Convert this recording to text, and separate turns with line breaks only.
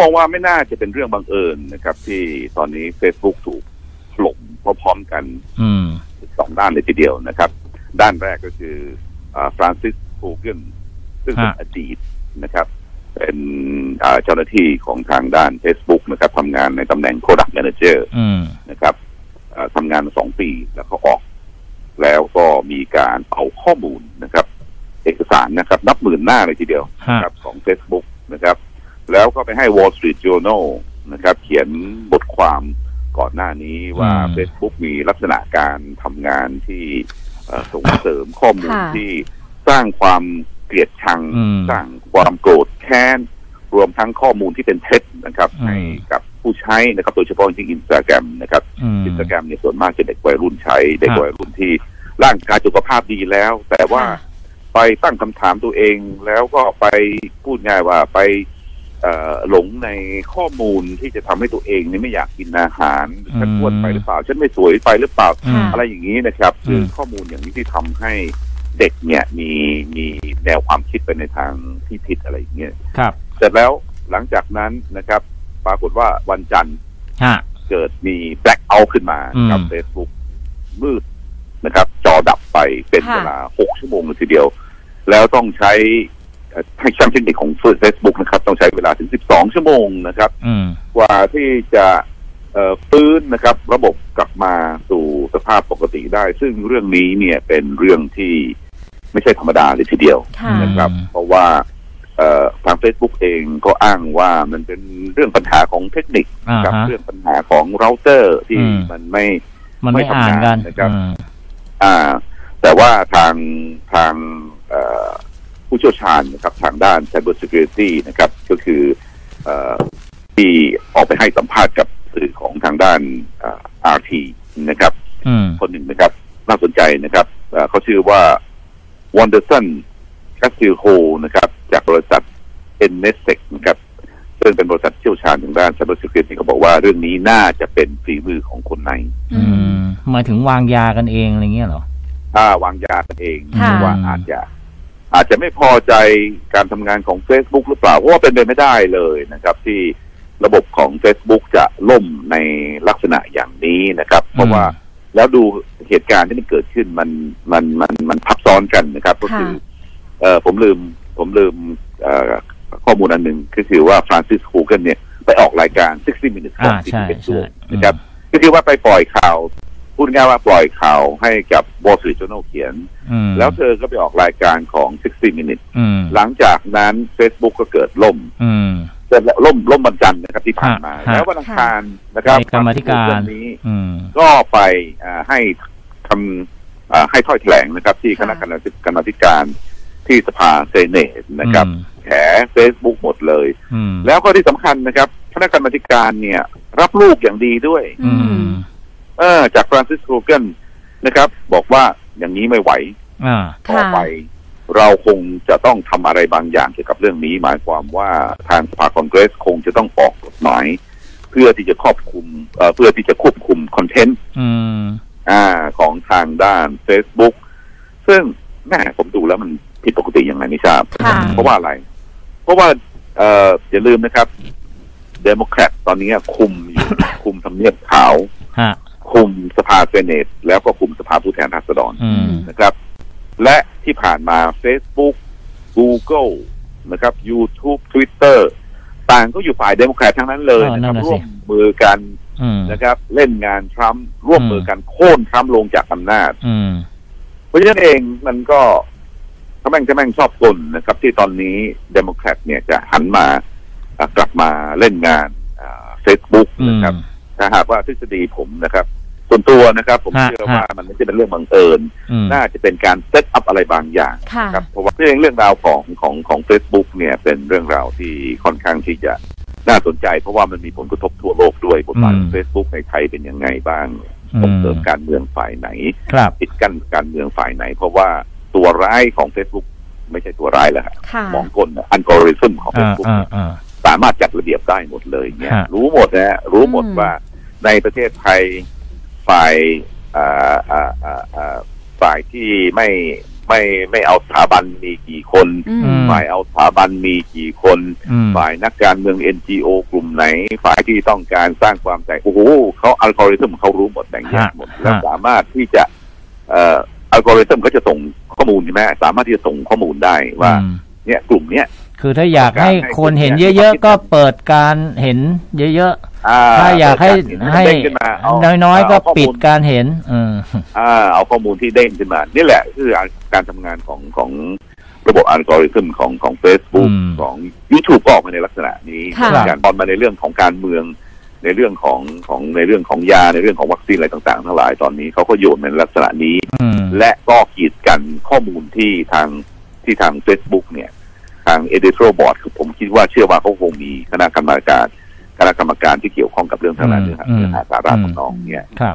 มองว่าไม่น่าจะเป็นเรื่องบังเอิญนะครับ ที่ตอนนี้ Facebook ถูกถล่มพร้อมๆกัน
อืม
สองด้านเลยทีเดียวนะครับ ด้านแรกก็คือฟรานซิสฟูเกนซึ่งเป็น
ฮะ
อดีตนะครับ เป็นอ่าเจ้าหน้าที่ของทางด้าน Facebook นะครับทำงานในตำแหน่ง Product Manager
อืม
นะครับเอ่อทำงานมาสองปีแล้วก็ออก แล้วก็มีการเอาข้อมูลนะครับ เอกสารนะครับ นับหมื่นหน้าเลยทีเดียว
ฮะ
นะครับของ Facebook นะครับ แล้วก็ไปให้ Wall Street Journal นะครับ เขียนบทความก่อนหน้านี้ว่า
อืม
Facebook มีลักษณะการทำงานที่เอ่อส่งเสริมข้อมูล
ค่ะ
ที่สร้างความเกลียดชัง
อืม
สร้างความโกรธแค้น รวมทั้งข้อมูลที่เป็นเท็จนะครับ
อืม
ให้กับผู้ใช้นะครับ โดยเฉพาะที่อินสตาแกรมนะครับ
อืม
อินสตาแกรมเนี่ยส่วนมากจะเด็กวัยรุ่นใช้เด็ก
ครับ
วัยรุ่นที่ร่างกายสุขภาพดีแล้ว แต่ว่า
ค่ะ
ไปตั้งคำถามตัวเองแล้วก็ไปพูดง่ายว่าไปเอ่อหลงในข้อมูลที่จะทำให้ตัวเองเนี่ยไม่อยากกินอาหารฉันอ้วนไปหรือเปล่าฉันไม่สวยไปหรือเปล่า
อืม
อะไรอย่างนี้นะครับคืออ
ม
ข้อมูลอย่างนี้ที่ทำให้เด็กเนี่ยมีมีแนวความคิดไปในทางที่ผิดอะไรอย่างเงี้ย
ครับ
เสร็จแล้วหลังจากนั้นนะครับ ปรากฏว่าวันจันทร์
ฮะ
เกิดมีแบล็ k เอาขึ้นมากับ
อืม
เฟซบุ๊กมืดนะครับ จอดับไปเป็น
ค่ะ
เวลาหกชั่วโมงเลยทีเดียว แล้วต้องใช้เอ่อให้ช่างเทคนิคของเฟซบุ๊กนะครับ ต้องใช้เวลาถึงสิบสองชั่วโมงนะครับ
อืม
กว่าที่จะเอ่อฟื้นนะครับ ระบบกลับมาสู่สภาพปกติได้ ซึ่งเรื่องนี้เนี่ยเป็นเรื่องที่ไม่ใช่ธรรมดาเลยทีเดียว
ค่ะ
อืม
นะครับเพราะว่าเอ่อทาง Facebook เองก็อ้างว่ามันเป็นเรื่องปัญหาของเทคนิค
อ่า
กับ
ฮะ
เรื่องปัญหาของเราเตอร์ที่
อืม
มันไม่
มันไม่อ่า
ไม่
นกัน
ทำงานนะครับ
อืม
อ่า แต่ว่าทางทางเอ่อผู้เชี่ยวชาญนะครับทางด้าน Cyber Security นะครับ ก็คือเออที่ออกไปให้สัมภาษณ์กับสื่อของทางด้านเอ่อ RT นะครับ
อืม
คนหนึ่งนะครับ น่าสนใจนะครับเอ่อเขาชื่อว่าวอนเดอร์สันคาสติโฮนะครับ จากบริษัทเอ็นเนสเซกนะครับซึ่งเป็นบริษัทเชี่ยวชาญทางด้าน cyber security เขาบอกว่าเรื่องนี้น่าจะเป็นฝีมือของคนใน
อืมหมายถึงวางยากันเองอะไรเงี้ยเหรอ
ถ้าวางยากันเอง
ค่ะ
หรือว่าอาจจะ อาจจะไม่พอใจการทำงานของ Facebook หรือเปล่า เพราะว่าเป็นไปไม่ได้เลยนะครับ ที่ระบบของ Facebook จะล่มในลักษณะอย่างนี้นะครับ เพราะว่า แล้วดูเหตุการณ์ที่มันเกิดขึ้นมันมันมันมันทับซ้อนกันนะครับ ก็คือ เออผมลืมผมลืมเอ่อข้อมูลอันหนึ่งก็คือว่าฟรานซิสคูเกนเนี่ย ไปออกรายการ 60 minutes ของ
อ่าใช่
CBS ด้
ใช่
วยนะครับ
อื
ก็คือว่าไปปล่อยข่าว พูดง่ายว่าปล่อยข่าวให้กับ Wall Street Journal เขียน
อืม
แล้วเธอก็ไปออกรายการของ 60 minutes
อืม
หลังจากนั้น Facebook ก็เกิดล่ม
อืม
เสร็จแล้วล่มล่มวันจันทร์นะครับที่ผ่านมา
ฮะฮะ
แล้ววันอังคารนะครับ
ในกรรมาธิการ
เรื่องนี้
อืม
ก็ไปเอ่อให้ทำเอ่อให้ถ้อยแถลงนะครับ ที่ค
ค่ะ
ณะกรรมาธิกรรมาธิการที่สภาเซเนตนะครับ
อืม
แฉเฟซบุ๊กหมดเลย
อืม
แล้วก็ที่สำคัญนะครับคณะกรรมาธิการเนี่ย รับลูกอย่างดีด้วย
อืม
เออจากฟรานซิสโกเกนนะครับ บอกว่าอย่างนี้ไม่ไหว
อ่า
ต่อไป เราคงจะต้องทำอะไรบางอย่างเกี่ยวกับเรื่องนี้ หมายความว่าทางสภาคอนเกรสคงจะต้องออกกฎหมายเพื่อที่จะครอบคุมเอ่อเพื่อที่จะควบคุมคอนเทนต์
อืม
อ่าของทางด้าน Facebook ซึ่งแหม่ผมดูแล้วมันผิดปกติยังไงไม่ทราบ
ค่ะ
เพราะว่าอะไร เพราะว่าเอ่ออย่าลืมนะครับเดโมแครตตอนนี้คุมอยู่ คุมทำเนียบขาว
ฮะ
คุมสภาเซเนตแล้วก็คุมสภาผู้แทนราษฎร
อืม
นะครับ และที่ผ่านมา Facebook Google นะครับ YouTube Twitter ต่างก็อยู่ฝ่ายเดโมแครตทั้งนั้นเลย
เออ
นะ
นั่
ครับ
นน่ะสิ
ร่วมมือกัน
อืม
นะครับเล่นงานทรัมป์ร่วมมือกันโค่นทรัมป์ลงจากอำนาจ
อืม
เพราะฉะนั้นเองมันก็ทำแม่งทำแม่งชอบกลนะครับ ที่ตอนนี้เดโมแครตเนี่ยจะหันมาอ่ะกลับมาเล่นงานเฟซบุ๊ก
อืม
นะครับ ถ้าหากว่าทฤษฎีผมนะครับ ส่วนตัวนะครับ ผม
ฮะ
เชื่อว่ามันไม่ใช่เป็นเรื่องบังเอิญ
อืม
น่าจะเป็นการเซตอัพอะไรบางอย่าง
ค่ะ
ครับเพราะว่าเรื่องเรื่องราวของของของ Facebook เนี่ยเป็นเรื่องราวที่ค่อนข้างที่จะน่าสนใจ เพราะว่ามันมีผลกระทบทั่วโลกด้วยบทบาท
อืม
เฟซบุ๊กในไทยเป็นยังไงบ้าง
อื
ส่ง
ม
เสริมการเมืองฝ่ายไหน
ครับ
ปิดกั้นการเมืองฝ่ายไหน เพราะว่าตัวร้ายของ Facebook ไม่ใช่ตัวร้ายแล้วฮะ
ค่ะ
หมองกลอันกอริทึมของ
อ่า
Facebook
อ่าอ่า
สามารถจัดระเบียบได้หมดเลยเนี่ย
ฮะ
รู้หมดนะฮะรู้หมด
อืม
ว่าในประเทศไทยฝ่ายอ่าอ่าอ่าอ่าฝ่ายที่ไม่ ไม่ไม่เอาสถาบันมีกี่คน
อืม
ม
ฝ่ายเอาสถาบันมีกี่คน
อืม
ฝ่ายนักการเมือง NGO กลุ่มไหน ฝ่ายที่ต้องการสร้างความแตกโอ้โหเขาอัลกอริทึมเขารู้หมดแบ่งแยก
ฮะ
หมดแล้ว
ฮะ
สามารถที่จะเอ่ออัลกอริทึมก็จะส่งข้อมูลใช่ไหมสามารถที่จะส่งข้อมูลได้ว่า
อืม
เนี่ยกลุ่มเนี้ย
คือถ้าอยากให้คนเห็นเยอะ ๆ ก็เปิดการเห็นเยอะๆ ถ้าอยากให้ให้
เด้งขึ้นมาเอา
น้อยๆ ก็
เอาข้อมูล
ปิดการเห็นเออ
อ่าเอาข้อมูลที่เด้งขึ้นมา นี่แหละคือการทำงานของของระบบอัลกอริทึมของของ Facebook
อืม
ของ YouTube ก็ออกมาในลักษณะนี้
ค่ะ
เหมือนการตอนมาในเรื่องของการเมือง ในเรื่องของของในเรื่องของยาในเรื่องของวัคซีนอะไรต่างๆทั้งหลายตอนนี้เขาก็โยนมาในลักษณะนี้
อืม
และก็กีดกันข้อมูลที่ทางที่ทาง Facebook เนี่ย ทาง editorial board คือผมคิดว่าเชื่อว่าเขาคงมีคณะกรรมการคณะกรรมการที่เกี่ยวข้องกับเรื่องทางด้านเนื้อหา
อืม
เนื้อหาสาระ
อื
ข
ม
องน้องเนี่ย
ครับ